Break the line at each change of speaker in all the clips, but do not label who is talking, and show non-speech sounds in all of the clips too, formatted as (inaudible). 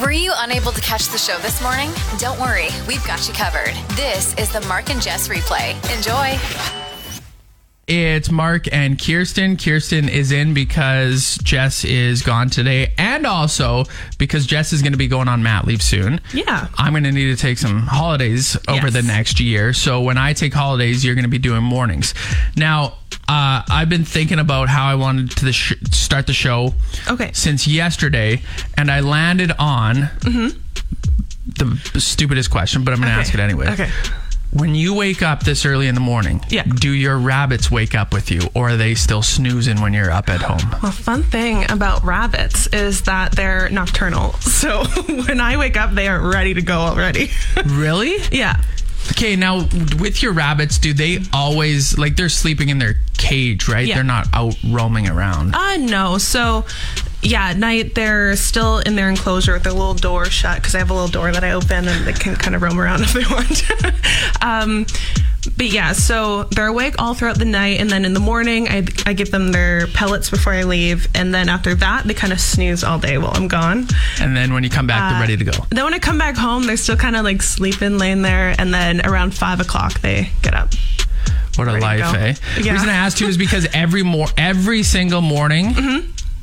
Were you unable to catch the show this morning? Don't worry, we've got you covered. This is the Mark and Jess replay. Enjoy.
It's Mark and Kirsten. Kirsten is in because Jess is gone today, and also because Jess is going to be going on mat leave soon.
Yeah.
I'm going to need to take some holidays over
Yes.
the next year. So when I take holidays, you're going to be doing mornings. Now, uh, I've been thinking about how I wanted to the sh- start the show
Okay.
since yesterday, and I landed on the stupidest question, but I'm going to
Mm-hmm. Okay.
ask it anyway.
Okay.
When you wake up this early in the morning,
Yeah.
do your rabbits wake up with you, or are they still snoozing when you're up at home?
Well, fun thing about rabbits is that they're nocturnal. (laughs) So when I wake up, they aren't ready to go already. (laughs)
really?
yeah.
Okay, now with your rabbits, do they always like they're sleeping in their cage, right?
Yeah.
They're not out roaming around.
Uh, no. So, yeah, at night they're still in their enclosure with their little door shut because I have a little door that I open and they can kind of roam around (laughs) if they want. um, but yeah, so they're awake all throughout the night, and then in the morning I, I give them their pellets before I leave, and then after that they kind of snooze all day while I'm gone.
and then when you come
uh,
back, they're ready to go.
Then when I come back home, they're still kind of like sleeping, laying there, and then around five o'clock they get up.
What a
to
life,
go.
eh? The
Yeah.
reason I asked you is because every mor- every single morning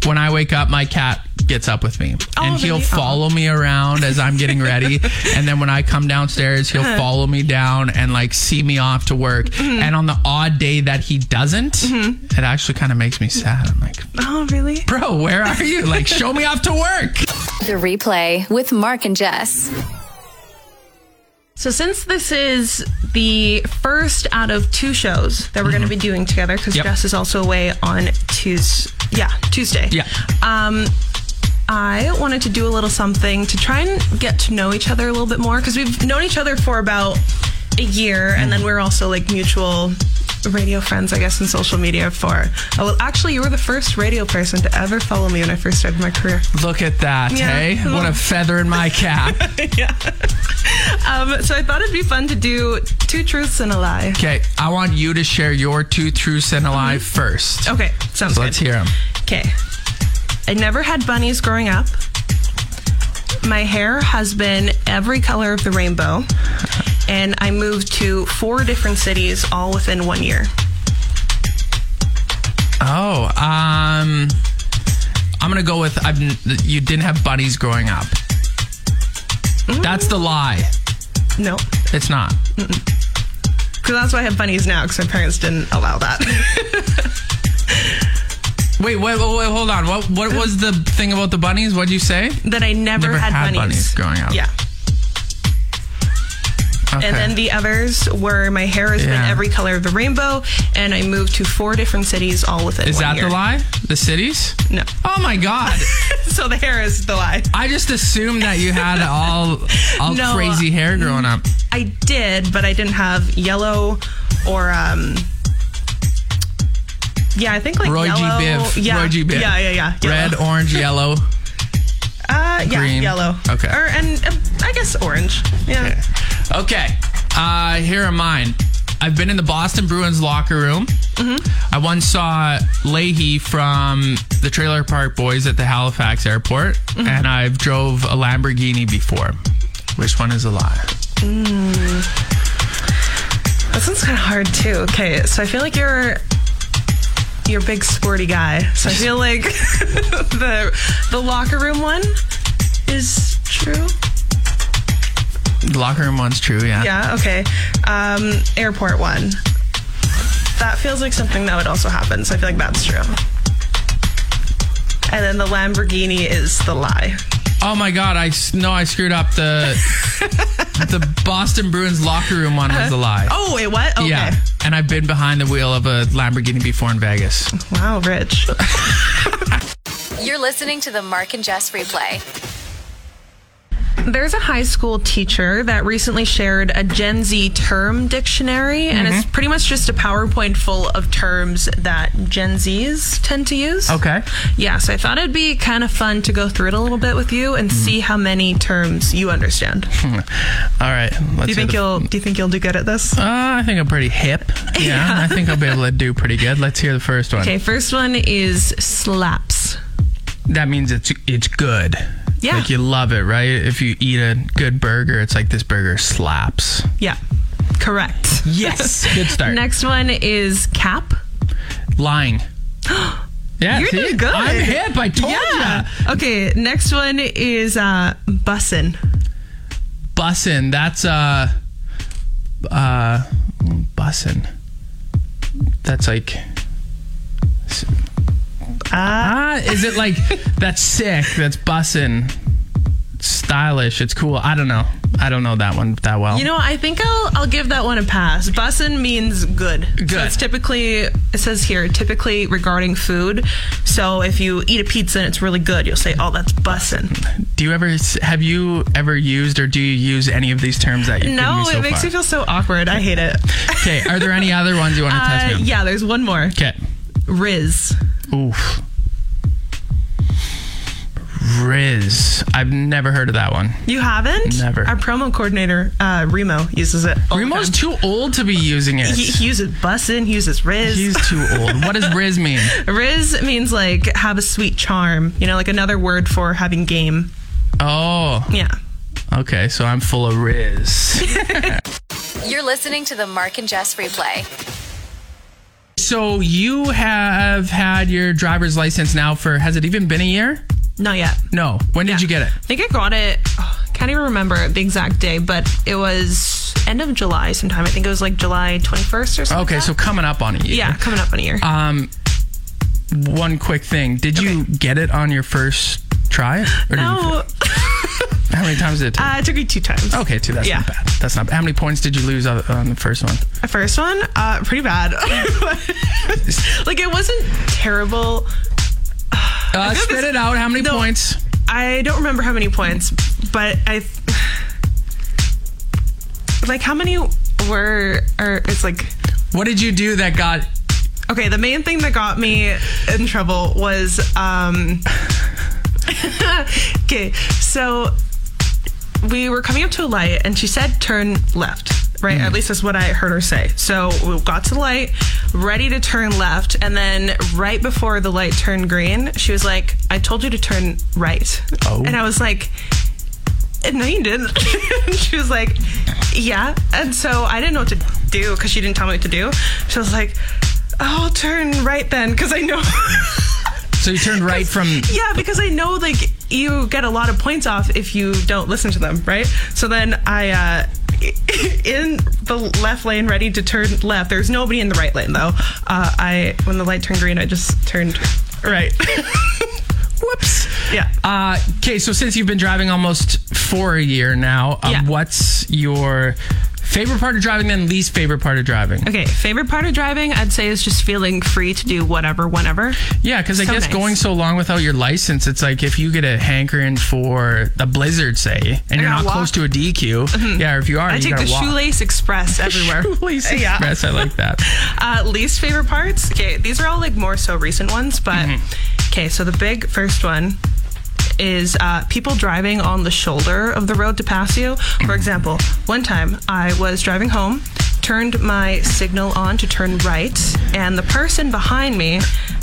when I wake up, my cat gets up with me and he'll
really? Mm-hmm. Oh.
follow me around as I'm getting ready.
(laughs)
and then when I come downstairs, he'll
Uh-huh.
follow me down and like see me off to work.
Mm-hmm.
And on the odd day that he doesn't, it actually kind of makes me sad. I'm like,
Oh, really?
bro, where are you? Like, show me off to work.
The replay with Mark and Jess.
So since this is the first out of two shows that we're going to be doing together, because
Mm-hmm. Yep.
Jess is also away on Tuesday. Yeah, Tuesday.
Yeah.
Um, I wanted to do a little something to try and get to know each other a little bit more because we've known each other for about a year,
Mm-hmm.
and then we're also like mutual radio friends, I guess, in social media for. Oh, well, actually, you were the first radio person to ever follow me when I first started my career.
Look at that,
Yeah.
hey? What a feather in my
(laughs)
cap.
Um, so I thought it'd be fun to do two truths and a lie.
Okay, I want you to share your two truths and a lie first.
Mm-hmm. Okay, sounds
So
good.
let's hear them.
Okay. I never had bunnies growing up. My hair has been every color of the rainbow. And I moved to four different cities all within one year.
Oh, um, I'm gonna go with I've, n- you didn't have bunnies growing up.
Mm.
That's the lie.
No.
It's not.
Because that's why I have bunnies now, because my parents didn't allow that. (laughs)
Wait, wait, wait, wait, hold on. What what was the thing about the bunnies? What'd you say?
that I never,
Never
had,
had bunnies
bunnies.
growing up.
Yeah.
Okay.
And then the others were my hair has
Yeah.
been every color of the rainbow, and I moved to four different cities all within
is
one
that
year.
the lie? The cities?
No. (laughs)
Oh my god!
So the hair is the lie.
I just assumed that you had all all
No,
crazy hair growing up.
I did, but I didn't have yellow or um. Yeah, I think like
Roy G.
yellow.
Biv.
Yeah,
Roy G. Biv.
yeah, yeah, yeah. Yellow.
Red, orange, yellow.
uh, yeah,
green.
yellow.
Okay.
Or and uh, I guess orange. Yeah.
Okay. Uh, here are mine. I've been in the Boston Bruins locker room.
Mm-hmm.
I once saw Leahy from the Trailer Park Boys at the Halifax airport,
Mm-hmm.
and I've drove a Lamborghini before. Which one is a lie?
That sounds kind of hard too. Okay, so I feel like you're you're a big sporty guy. So I feel like (laughs) the the locker room one is true.
The locker room one's true, yeah.
Yeah. Okay. Um, airport one. That feels like something that would also happen. So I feel like that's true. And then the Lamborghini is the lie.
Oh my god! I s- no, I screwed up
(laughs)
the the Boston Bruins locker room one was a lie.
Oh wait, what? Okay.
yeah. And I've been behind the wheel of a Lamborghini before in Vegas.
Wow, Rich.
You're listening to the Mark and Jess replay.
There's a high school teacher that recently shared a Gen Z term dictionary, and it's
Mm-hmm.
pretty much just a PowerPoint full of terms that Gen Zs tend to use.
Okay.
Yeah, so I thought it'd be kind of fun to go through it a little bit with you and
Mm-hmm.
see how many terms you understand. Do
Mm. All right. Let's
you think
hear the-
you'll do you think you'll do good at this?
Uh, I think I'm pretty hip.
(laughs)
Yeah, I think I'll be able to do pretty good. Let's hear the first one.
Okay, first one is slaps.
That means it's it's good.
Yeah.
Like you love it, right? If you eat a good burger, it's like this burger slaps.
Yeah. Correct.
Yes. good start.
Next one is cap. (gasps)
Lying. yeah.
You're
see?
doing good.
I'm hip. I told ya.
Okay, next one is uh bussin.
Bussin. That's uh, uh, bussin. That's like. Ah, is it
(laughs)
like that's sick? That's bussin. Stylish. It's cool. I don't know. I don't know that one that well.
You know, I think I'll I'll give that one a pass. Bussin means good.
Good.
So it's typically it says here typically regarding food. So if you eat a pizza and it's really good, you'll say, "Oh, that's bussin."
Do you ever have you ever used or do you use any of these terms that you've given
No,
me so
it makes
far?
me feel so awkward. I hate it.
okay. Are there any other ones you want to
(laughs) Uh,
test me?
yeah, there's one more.
Okay.
Riz.
Oof. Riz. I've never heard of that one.
You haven't?
Never.
Our promo coordinator, uh, Remo, uses it. all the
Remo's
time.
too old to be using it.
He, he uses bussin. He uses Riz.
He's too old. What does Riz
(laughs)
mean?
Riz means like have a sweet charm, you know, like another word for having game.
Oh,
Yeah.
okay. So I'm full of Riz.
You're listening to the Mark and Jess replay.
So you have had your driver's license now for, has it even been a year?
Not yet.
No. When did you get it?
I think I got it. oh, I can't even remember the exact day, but it was end of July sometime. I think it was like July 21st or something.
Okay,
like
so
that.
coming up on a year.
yeah, coming up on a year.
Um, one quick thing. Did you get it on your first try? Or Did
no, (laughs)
you, how many times did it take?
uh, it took me two times.
okay, two. That's
yeah.
not bad. That's not bad. How many points did you lose on, on the first one?
The first one, uh,
(laughs)
pretty bad. (laughs) like it wasn't terrible.
Uh,
feel
spit
this-
it out. How many
No.
points?
I don't remember how many points, but I like how many were or it's like
What did you do that got
okay, the main thing that got me in trouble was um (laughs) okay, so we were coming up to a light and she said turn left. Right, at least that's what I heard her say. So we got to the light, ready to turn left, and then right before the light turned green, she was like, I told you to turn right.
Oh.
And I was like, "Eh, no, you didn't. (laughs) And she was like, yeah. And so I didn't know what to do because she didn't tell me what to do. She was like, I'll turn right then because I know. (laughs)
So you turned right from.
yeah, because I know like you get a lot of points off if you don't listen to them, right? So then I, uh, (laughs) in the left lane, ready to turn left. There's nobody in the right lane though. Uh, I when the light turned green, I just turned right. (laughs)
Whoops.
yeah.
Uh, okay, so since you've been driving almost for a year now, um,
Yeah.
what's your favorite part of driving then least favorite part of driving?
Okay, favorite part of driving, I'd say, is just feeling free to do whatever, whenever.
Yeah, because I
So
guess
nice.
going so long without your license, it's like if you get a hankering for the blizzard, say, and you're
gotta
not
walk. Mm-hmm.
close to a DQ. Yeah, or if you are,
I
you
take
gotta
the
walk.
shoelace express everywhere.
(laughs)
(laughs)
Shoelace
Yeah.
Express, I like
(laughs)
that.
Uh, least favorite parts. Okay, these are all like more so recent ones, but okay. So the big first one is uh, people driving on the shoulder of the road to pass you. For example, one time I was driving home, turned my signal on to turn right, and the person behind me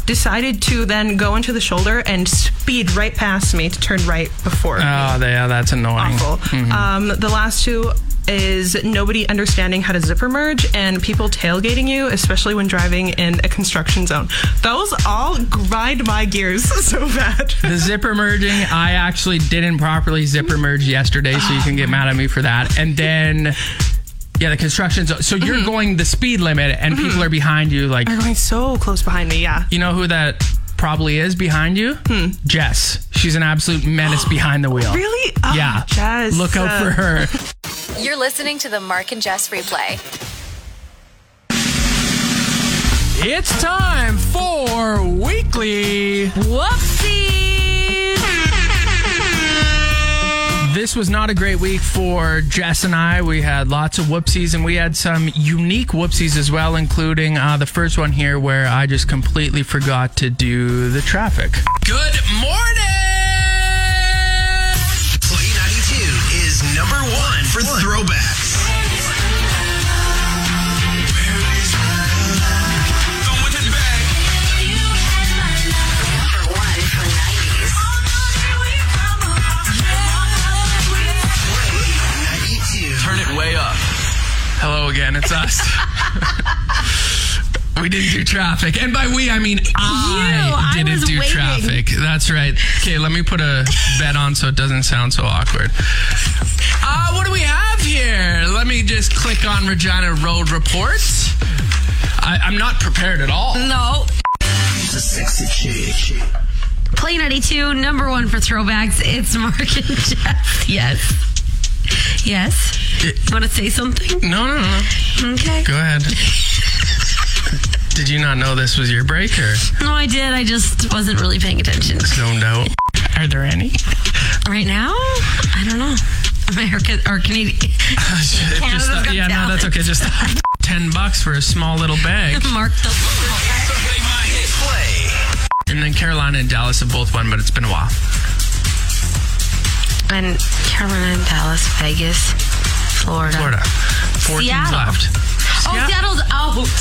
decided to then go into the shoulder and speed right past me to turn right before me
Oh, yeah, that's annoying.
awful.
Mm-hmm.
Um, the last two is nobody understanding how to zipper merge and people tailgating you, especially when driving in a construction zone. Those all grind my gears (laughs) so bad.
The zipper merging, I actually didn't properly zipper merge yesterday, so you can get mad at me for that. And then, yeah, the construction zone. So
Mm-hmm.
you're going the speed limit, and people are behind you. Like,
They're going so close behind me. Yeah.
you know who that probably is behind you? Jess. She's an absolute menace behind the wheel.
Hmm. Really? Oh,
Yeah.
Jess.
Look out for
(laughs)
her.
Uh,
You're listening to the Mark and Jess replay.
It's time for weekly.
Whoopsie!
this was not a great week for Jess and I. We had lots of whoopsies, and we had some unique whoopsies as well, including uh, the first one here where I just completely forgot to do the traffic. Good morning!
Play 92 is number one for throwbacks.
Number one for 90s.
92.
Turn it way up. Hello again, it's us. we didn't do traffic. And by we, I mean I
I
didn't
was
do
waiting.
traffic. That's right. Okay, let me put a bet on so it doesn't sound so awkward. Uh, what do we have here? Let me just click on Regina Road Reports. I, I'm not prepared at all.
No.
She's a sexy chick.
Play 92, number one for throwbacks. It's Mark and (laughs) Jess. Yes. Yes. Want to say something?
No, no, no.
Okay.
Go ahead. Did you not know this was your break or
No, I did. I just wasn't really paying attention.
zoned out? Are there any?
Right now, I don't know. (laughs) America or Canadian. (laughs)
Just-
Canada's got
yeah, no,
talent.
that's okay. Just (laughs) ten bucks for a small little bag,
Mark the.
and then Carolina and Dallas have both won, but it's been a while.
And Carolina, Dallas, Vegas, Florida.
Florida, four teams
Seattle.
left.
Oh,
Yeah.
Seattle's out.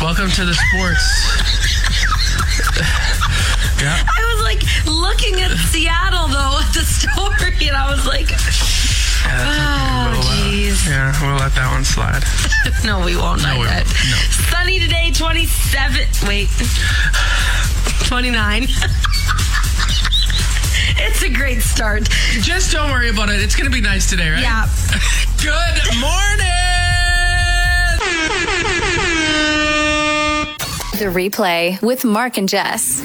Welcome to the sports. (laughs) yeah,
I was like looking at Seattle though at the (laughs) story, and I was like, oh jeez,
uh, yeah, we'll let that one slide.
no, we won't like
we
that.
won't. No.
Sunny today, twenty seven. Wait, twenty nine. (laughs) it's a great start.
Just don't worry about it. It's gonna be nice today, right?
Yeah.
Good morning.
The replay with Mark and Jess.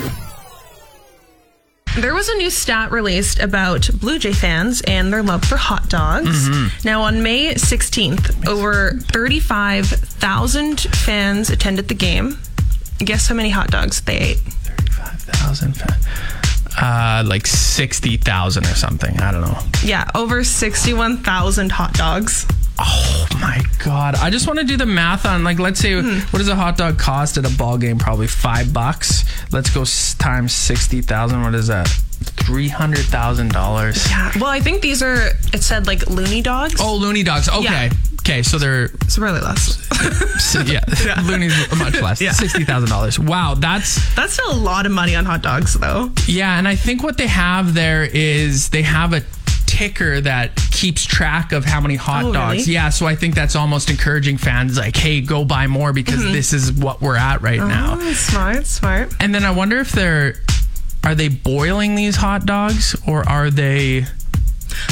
There was a new stat released about Blue Jay fans and their love for hot dogs. Now, on May 16th, over 35,000 fans attended the game. Guess how many hot dogs they ate?
Thirty-five thousand. Uh, like sixty thousand or something. I don't know.
Yeah, over 61,000 hot dogs.
Oh my god! I just want to do the math on like, let's say,
Hmm.
what does a hot dog cost at a ball game? Probably five bucks. Let's go s- times sixty thousand. What is that? Three hundred thousand dollars.
Yeah. Well, I think these are, it said like loony dogs.
Oh, loony dogs. Okay,
Yeah.
okay. So they're
It's really less. (laughs)
so, yeah, loonies are much less.
Yeah.
Sixty thousand dollars. Wow, that's
That's still a lot of money on hot dogs, though.
Yeah, and I think what they have there is they have a ticker that keeps track of how many hot
Oh,
dogs.
really?
Yeah, so I think that's almost encouraging fans like, "Hey, go buy more because this is what we're at right now."
Mm-hmm. Oh, smart, smart.
And then I wonder if they're are they boiling these hot dogs or are they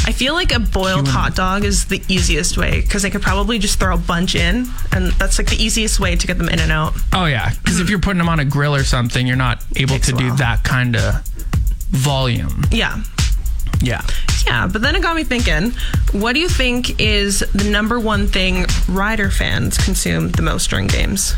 I feel like a boiled hot dog is the easiest way because they could probably just throw a bunch in, and that's like the easiest way to get them in and out.
Oh yeah, cuz if you're putting them on a grill or something, you're not able
Takes
to
a
do
while.
that kind of volume.
Yeah.
Yeah.
Yeah, but then it got me thinking what do you think is the number one thing rider fans consume the most during games?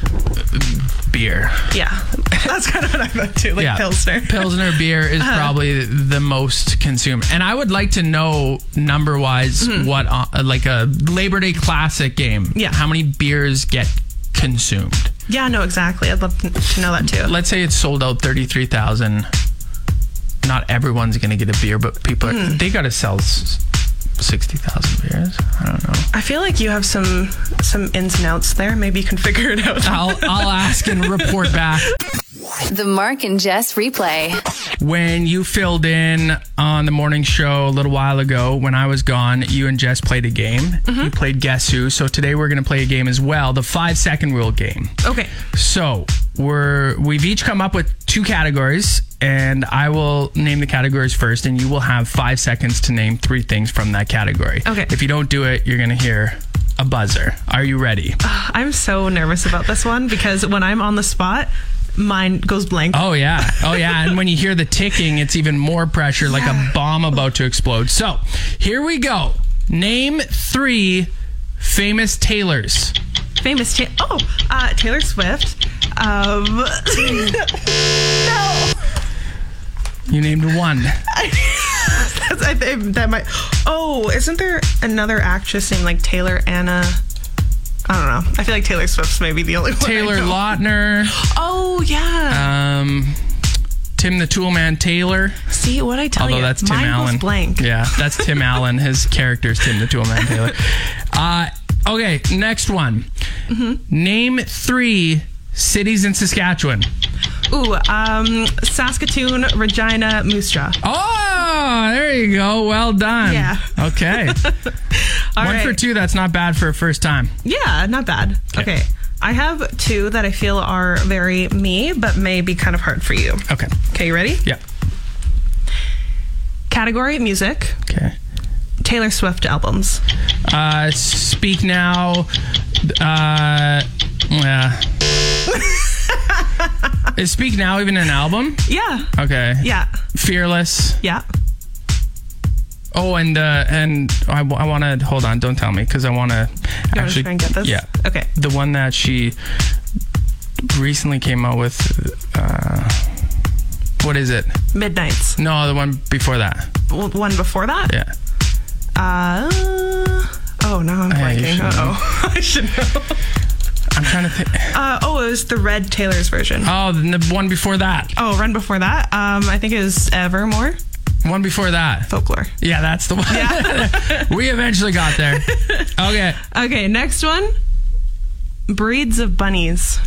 Beer.
Yeah, (laughs) that's kind of what I thought too, like Pilsner.
(laughs)
Uh-huh.
Pilsner beer is probably the most consumed. And I would like to know number wise what, uh, like a Labor Day classic game,
Mm-hmm. Yeah.
how many beers get consumed?
yeah, no, exactly. I'd love to to know that too.
Let's say it's sold out 33,000. Not everyone's going to get a beer, but people, are, they got to sell s- 60,000 beers. I don't know.
I feel like you have some some ins and outs there. Maybe you can (laughs) figure it out.
I'll, I'll ask and report back.
The Mark and Jess replay.
when you filled in on the morning show a little while ago when I was gone, you and Jess played a game. You played Guess Who. So today we're going to play a game as well, the five second rule game.
Okay.
So we're we've each come up with two categories, and I will name the categories first, and you will have five seconds to name three things from that category.
Okay.
If you don't do it, you're going to hear a buzzer. Are you ready?
I'm so nervous about this one because when I'm on the spot, mine goes blank.
Oh yeah, oh yeah, and when you hear the ticking, it's even more pressure, like a bomb about to explode. So here we go. Name three famous tailors.
Famous ta- oh, uh, Taylor Swift. Um, (laughs) no,
You named one.
That's- I, it, that might. Oh, isn't there another actress named like Taylor Anna? I don't know. I feel like Taylor Swift's maybe the only one. I
Taylor
know.
Lautner,
Oh yeah.
um, Tim the Tool Man Taylor.
See what I tell
Uh, Although
you.
that's Tim
Mine Oh, goes
Allen.
blank.
Yeah, that's
(laughs)
Tim Allen. His character is Tim the Tool Man Taylor. Uh, okay, next one.
Mm-hmm.
Name three cities in Saskatchewan.
Ooh, um, Saskatoon, Regina, Moose Jaw.
Oh, there you go. Well done.
Yeah.
Okay.
(laughs) All
one for
right.
two. That's not bad for a first time.
Yeah, not bad.
Okay.
Okay. I have two that I feel are very me, but may be kind of hard for you.
Okay.
Okay, you ready?
Yeah.
Category music,
Okay.
Taylor Swift albums.
Uh, speak now. Uh,
(laughs)
yeah. Is Speak Now even an album?
Yeah.
Okay.
Yeah.
Fearless.
Yeah.
Oh, and uh, and I, want to hold on. Don't tell me because I want to
You want to
actually
try and get this?
Yeah,
Okay.
the one that she recently came out with. Uh, what is it?
Midnights.
No, the one before that.
W- One before that?
Yeah.
Uh, oh, now I'm
Yeah, you
blanking.
should
Uh oh. (laughs) I should know.
I'm trying to think.
Uh, oh, it was the Red Taylor's version.
(laughs) Oh, then the one before that.
Oh, run before that. Um, I think it was Evermore
One before that.
folklore.
Yeah, that's the one. (laughs) we eventually got
(laughs)
there. Okay.
Okay, next one. Breeds of bunnies.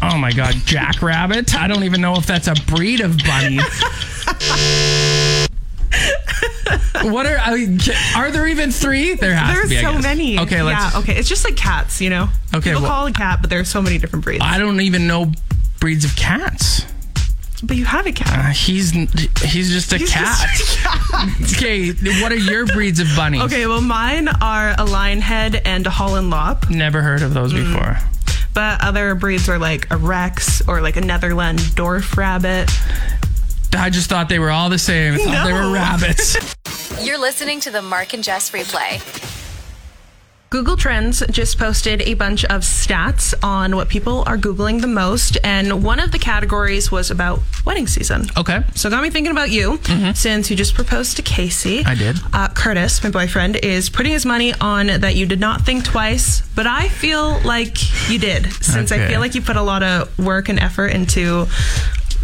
Oh my God, Jackrabbit. I don't even know if that's a breed of bunny. what are I mean, ca- are there even three? There has to
There's
be. I
so
guess.
many.
Okay, let's.
yeah. Okay, it's just like cats, you know.
Okay,
People
well-
call it a cat, but there's so many different breeds.
I don't even know breeds of cats.
but you have a cat.
Uh, he's n- he's just a
He's
cat. (laughs)
just-
okay, what are your breeds of bunnies?
okay, well, mine are a lion head and a Holland lop,
never heard of
Mm.
those before.
but other breeds are like a rex or like a Netherland dwarf rabbit.
I just thought they were all the same. I thought they were
No. (laughs)
rabbits.
You're listening to the Mark and Jess replay.
Google Trends just posted a bunch of stats on what people are Googling the most, and one of the categories was about wedding season.
Okay. Mm-hmm.
So it got me thinking about you, since you just proposed to Casey.
I did.
Uh, Curtis, my boyfriend, is putting his money on that you did not think twice, but I feel like you did, since I
Okay.
feel like you put a lot of work and effort into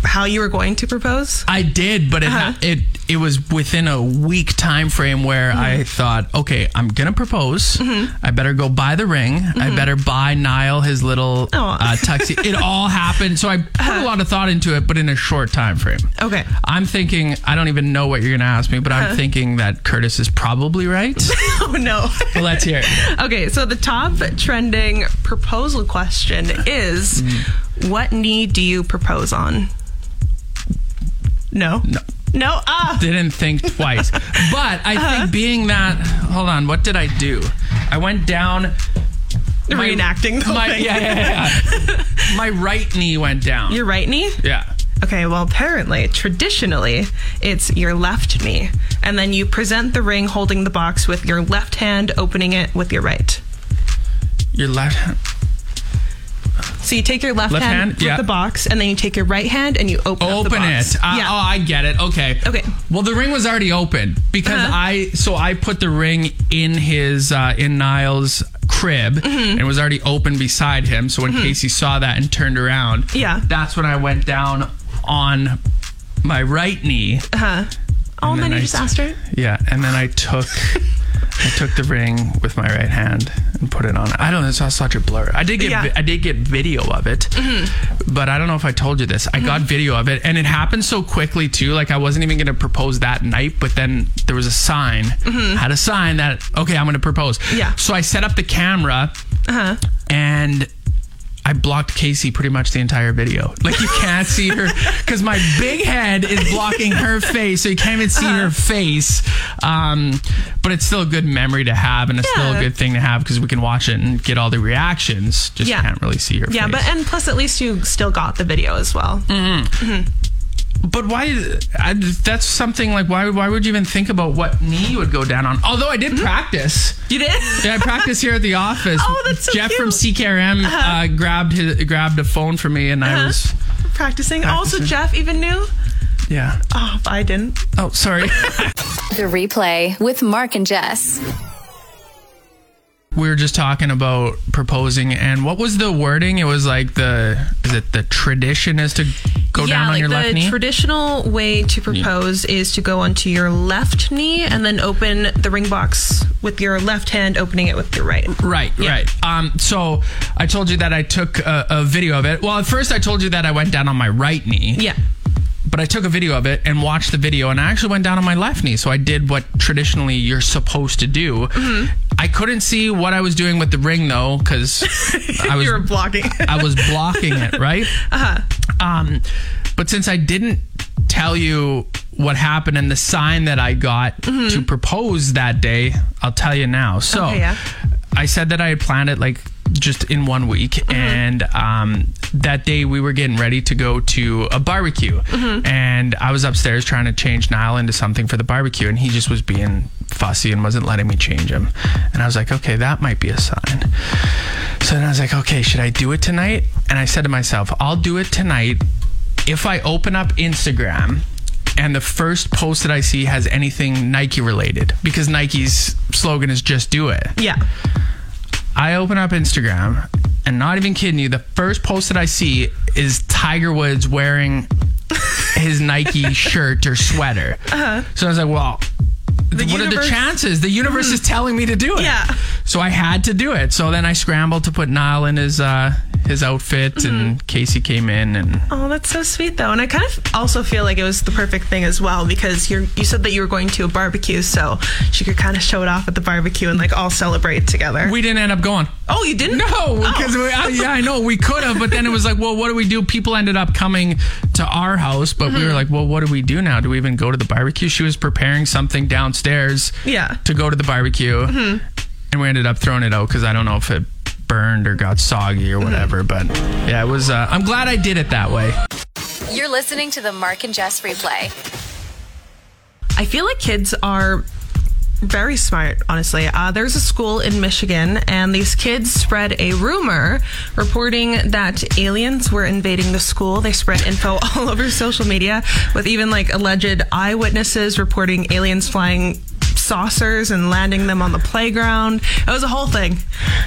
how you were going to propose. (laughs)
I did, but it
Uh-huh.
it it was within a week time frame where
Mm-hmm.
I thought, okay, I'm gonna propose. I better go buy the ring. I better buy Niall his little
Mm-hmm. Aw. Uh-huh.
uh, tuxedo. it
(laughs)
all happened, so I put a lot of thought into it, but in a short time frame.
Okay. Uh-huh.
I'm thinking I don't even know what you're gonna ask me, but I'm thinking that Curtis is probably
(laughs)
right.
Oh, no.
Let's hear it.
Okay, so the top trending proposal question is what knee do you propose on? No. No. No. Ah.
Didn't think
(laughs)
twice, but I
Uh-huh.
think being that, hold on, what did I do? I went down. my-
Reenacting the whole
my,
thing.
Yeah, yeah,
(laughs)
yeah. my right knee went down.
Your right knee?
yeah.
Okay, well, apparently, traditionally, it's your left knee. And then you present the ring holding the box with your left hand, opening it with your right.
Your left hand.
So you take your left,
Left hand?
hand, with
Yeah.
the box, and then you take your right hand and you open, up the
Open
box.
it. Uh,
yeah.
Oh, I get it. Okay.
Okay.
Well, the ring was already open because
Uh-huh.
I so I put the ring in his uh, in Niles crib
Mm-hmm.
and it was already open beside him. So when Casey saw that and turned around,
Yeah.
that's when I went down on my right knee.
oh, and
and then
then, you
I-
just asked her?
Yeah, and then I took I took the ring with my right hand and put it on. I don't know. It's not such a blur. I did get
Yeah. Mm-hmm.
vi- I did get video of it, but I don't know if I told you this. I got video of it, and it happened so quickly too. Like I wasn't even gonna propose that night, but then there was a sign. Had a sign that okay, I'm gonna propose.
Mm-hmm. Yeah.
So I set up the camera, and. I blocked Casey pretty much the entire video. Like you can't see her because my big head is blocking her face, so you can't even see
Uh-huh.
her face. Um, but it's still a good memory to have, and it's still a
Yeah.
good thing to have because we can watch it and get all the reactions. Just
Yeah.
can't really see her.
Yeah,
face. Mm.
but and plus, at least you still got the video as well.
But why? I, that's something like why? Why would you even think about what knee you would go down on? Although I did
Mm-hmm.
practice.
You did?
Yeah, I practice here at the office.
(laughs) Oh, that's so
Jeff
cute. Uh-huh.
from CKRM uh, grabbed his, grabbed a phone for me, and I was
Practicing. Also, Jeff even knew.
Yeah.
Oh, I didn't.
Oh, sorry. (laughs)
The replay with Mark and Jess.
we were just talking about proposing, and what was the wording? It was like the is it the tradition is to go
yeah,
down on
like
your
the
left knee.
traditional way to propose is to go onto your left knee and then open the ring box with your left hand, opening it with your right.
Right, right. Um, so I told you that I took a, a video of it. Well, at first I told you that I went down on my right knee.
Yeah.
But I took a video of it and watched the video, and I actually went down on my left knee. So I did what traditionally you're supposed to do.
Mm-hmm.
I couldn't see what I was doing with the ring though,
(laughs)
because I was
you were blocking. (laughs)
(laughs) I was blocking it, right? Uh-huh. Um, but since I didn't tell you what happened and the sign that I got to propose that day, I'll tell you now. So
Mm-hmm. Okay, yeah.
I said that I had planned it like just in one week and um, that day we were getting ready to go to a barbecue and i was upstairs trying to change niall into something for the barbecue and he just was being fussy and wasn't letting me change him and i was like okay that might be a sign so then I was like, okay, should I do it tonight? And I said to myself, I'll do it tonight if I open up Instagram and the first post that I see has anything Nike related because Nike's slogan is just do it.
yeah.
I open up Instagram and not even kidding you, the first post that I see is Tiger Woods wearing his Nike
(laughs)
shirt or sweater. So I was like, well, what are the
Uh-huh. universe- Hmm.
chances? The universe is telling me to do it.
Yeah.
So I had to do it. So then I scrambled to put Niall in his uh, his outfit, and Casey came in, and
Mm-hmm. Oh, that's so sweet though, and I kind of also feel like it was the perfect thing as well because you you said that you were going to a barbecue, so she could kind of show it off at the barbecue and like all celebrate together.
we didn't end up going.
oh, you didn't?
No,
Oh.
because we, I, yeah, I know we could have, but then it was like, well, what do we do? People ended up coming to our house, but we were like, well, what do we do now? Do we even go to the barbecue? She was preparing something downstairs,
Yeah.
to go to the barbecue, and we ended up throwing it out because I don't know if it burned or got soggy or whatever. But yeah, it was. Uh, I'm glad I did it that way.
You're listening to the Mark and Jess replay.
I feel like kids are very smart, honestly. Uh, there's a school in Michigan, and these kids spread a rumor reporting that aliens were invading the school. They spread info (laughs) all over social media, with even like alleged eyewitnesses reporting aliens flying saucers and landing them on the playground. It was a whole thing.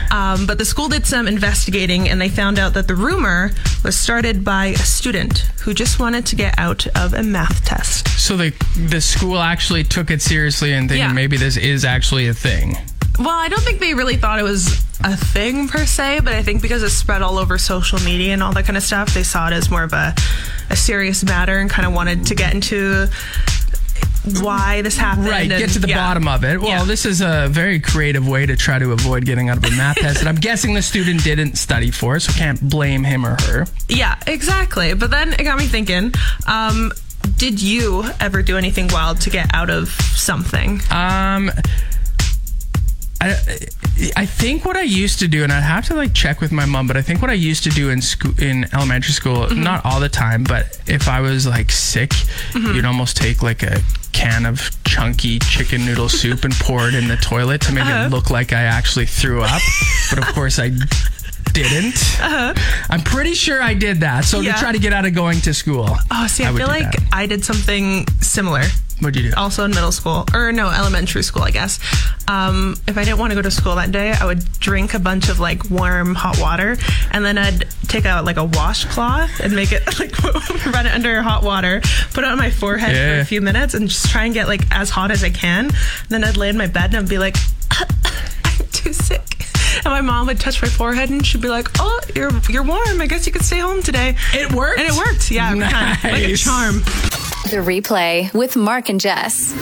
Um, but the school did some investigating, and they found out that the rumor was started by a student who just wanted to get out of a math test.
So the the school actually took it seriously and thinking
Yeah.
maybe this is actually a thing.
Well, I don't think they really thought it was a thing per se, but I think because it spread all over social media and all that kind of stuff, they saw it as more of a, a serious matter and kind of wanted to get into why this happened.
Right, get
and-
to the
yeah.
bottom of it. Well,
Yeah.
this is a very creative way to try to avoid getting out of a math test. And I'm guessing the student didn't study for it, so can't blame him or her.
Yeah, exactly. But then it got me thinking. Um, did you ever do anything wild to get out of something?
Um, I, I think what I used to do, and I'd have to like check with my mom, but I think what I used to do in school, in elementary school, not all the time, but if I was like sick, you'd almost take like a can of chunky chicken noodle soup and pour it in the toilet to make it look like I actually threw up. but of course, I didn't. I'm pretty sure I did that. So
Yeah.
to try to get out of going to school.
Oh, see, I,
would
feel
do
like
that.
I did something similar.
What'd you do?
also in middle school or no elementary school i guess um, if i didn't want to go to school that day i would drink a bunch of like warm hot water and then i'd take out like a washcloth and make it (laughs) like run it under hot water put it on my forehead for
Yeah.
a few minutes and just try and get like as hot as i can then i'd lay in my bed and i'd be like (laughs) i'm too sick and my mom would touch my forehead and she'd be like, "Oh, you're you're warm. I guess you could stay home today."
It worked?
and it worked. Yeah, kind of, like a
Nice.
charm.
The replay with Mark and Jess.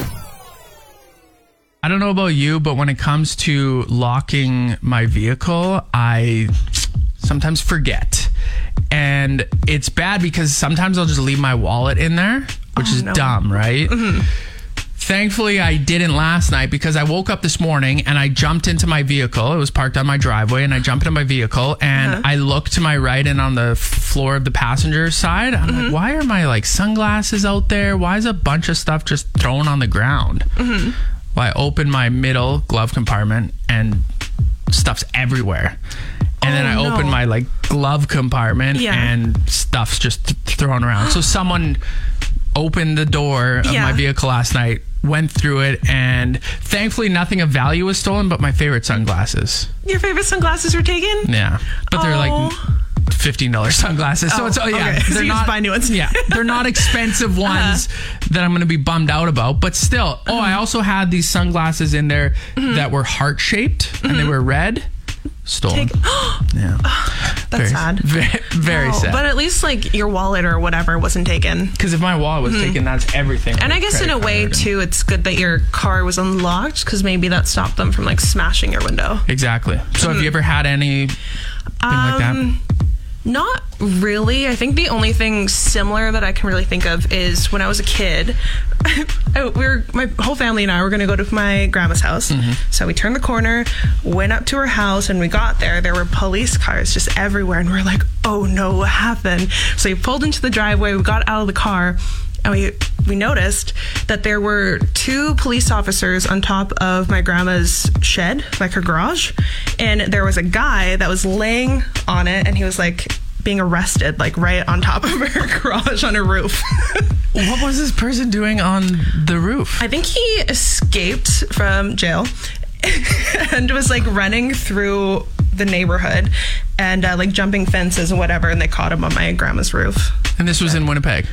I don't know about you, but when it comes to locking my vehicle, I sometimes forget. And it's bad because sometimes I'll just leave my wallet in there, which is
no.
dumb, right? Thankfully, I didn't last night because I woke up this morning and I jumped into my vehicle. It was parked on my driveway, and I jumped into my vehicle and
Uh-huh.
I looked to my right and on the floor of the passenger side. I'm
Mm-hmm.
like, why are my like sunglasses out there? Why is a bunch of stuff just thrown on the ground?
Mm-hmm.
Well, I open my middle glove compartment and stuff's everywhere. And then I
Oh,
open
no.
my like glove compartment
Yeah.
and stuff's just th- thrown around. So someone opened the door of
Yeah.
my vehicle last night, went through it, and thankfully nothing of value was stolen but my favorite sunglasses.
Your favorite sunglasses were taken?
Yeah. But they're like
Oh.
$15 sunglasses. so
Oh,
it's, oh, yeah.
okay. So
They're
you just
not,
buy new ones. Uh-huh.
yeah. They're not
(laughs)
expensive ones that I'm going to be bummed out about, but still. Oh,
Mm-hmm.
I also had these sunglasses in there that were heart shaped and
Mm-hmm.
they were red. Stolen.
(gasps)
yeah.
That's
very, (laughs)
sad.
Very, very
Oh,
sad.
But at least like your wallet or whatever wasn't taken.
Because if my wallet was taken, that's everything.
And I guess in a way too, it's good that your car was unlocked because maybe that stopped them from like smashing your window.
Exactly. So have you ever had any thing like
Um,
that?
Not really. I think the only thing similar that I can really think of is when I was a kid. (laughs) I, we were my whole family and I were going to go to my grandma's house, so we turned the corner, went up to her house, and we got there. There were police cars just everywhere, and we are like, "Oh no, what happened?" So we pulled into the driveway. We got out of the car. And we, we noticed that there were two police officers on top of my grandma's shed, like her garage. And there was a guy that was laying on it and he was like being arrested, like right on top (laughs) of her garage on her roof. (laughs)
What was this person doing on the roof?
I think he escaped from jail (laughs) and was like running through the neighborhood and uh, like jumping fences and whatever. And they caught him on my grandma's roof.
and this was in Winnipeg.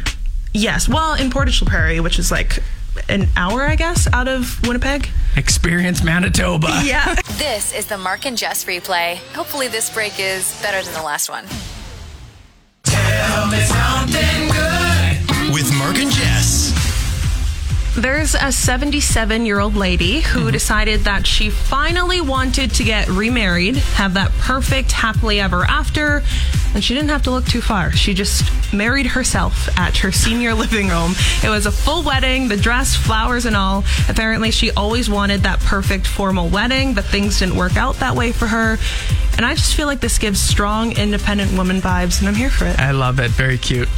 Yes. Well, in Portage la Prairie, which is like an hour, I guess, out of Winnipeg.
Experience Manitoba.
Yeah.
This is the Mark and Jess replay. Hopefully, this break is better than the last one.
With Mark and Jess.
There's a 77 year old lady who decided that she finally wanted to get remarried, have that perfect happily ever after, and she didn't have to look too far. She just married herself at her senior (laughs) living room. It was a full wedding, the dress, flowers, and all. Apparently, she always wanted that perfect formal wedding, but things didn't work out that way for her. And I just feel like this gives strong, independent woman vibes, and I'm here for it.
I love it. Very cute.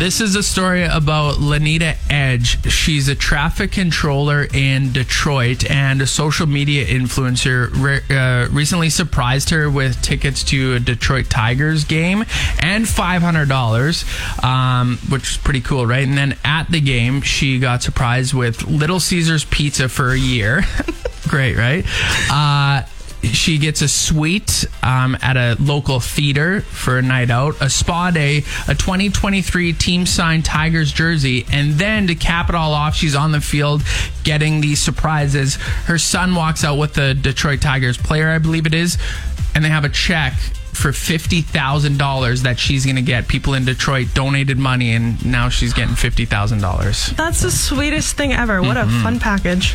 This is a story about Lanita Edge. She's a traffic controller in Detroit, and a social media influencer re- uh, recently surprised her with tickets to a Detroit Tigers game and $500, um, which is pretty cool, right? And then at the game, she got surprised with Little Caesars pizza for a year. (laughs) Great, right? Uh, she gets a suite um, at a local theater for a night out, a spa day, a 2023 team signed Tigers jersey, and then to cap it all off, she's on the field getting these surprises. Her son walks out with the Detroit Tigers player, I believe it is, and they have a check for fifty thousand dollars that she's going to get. People in Detroit donated money, and now she's getting fifty thousand dollars.
That's the sweetest thing ever. What a fun package.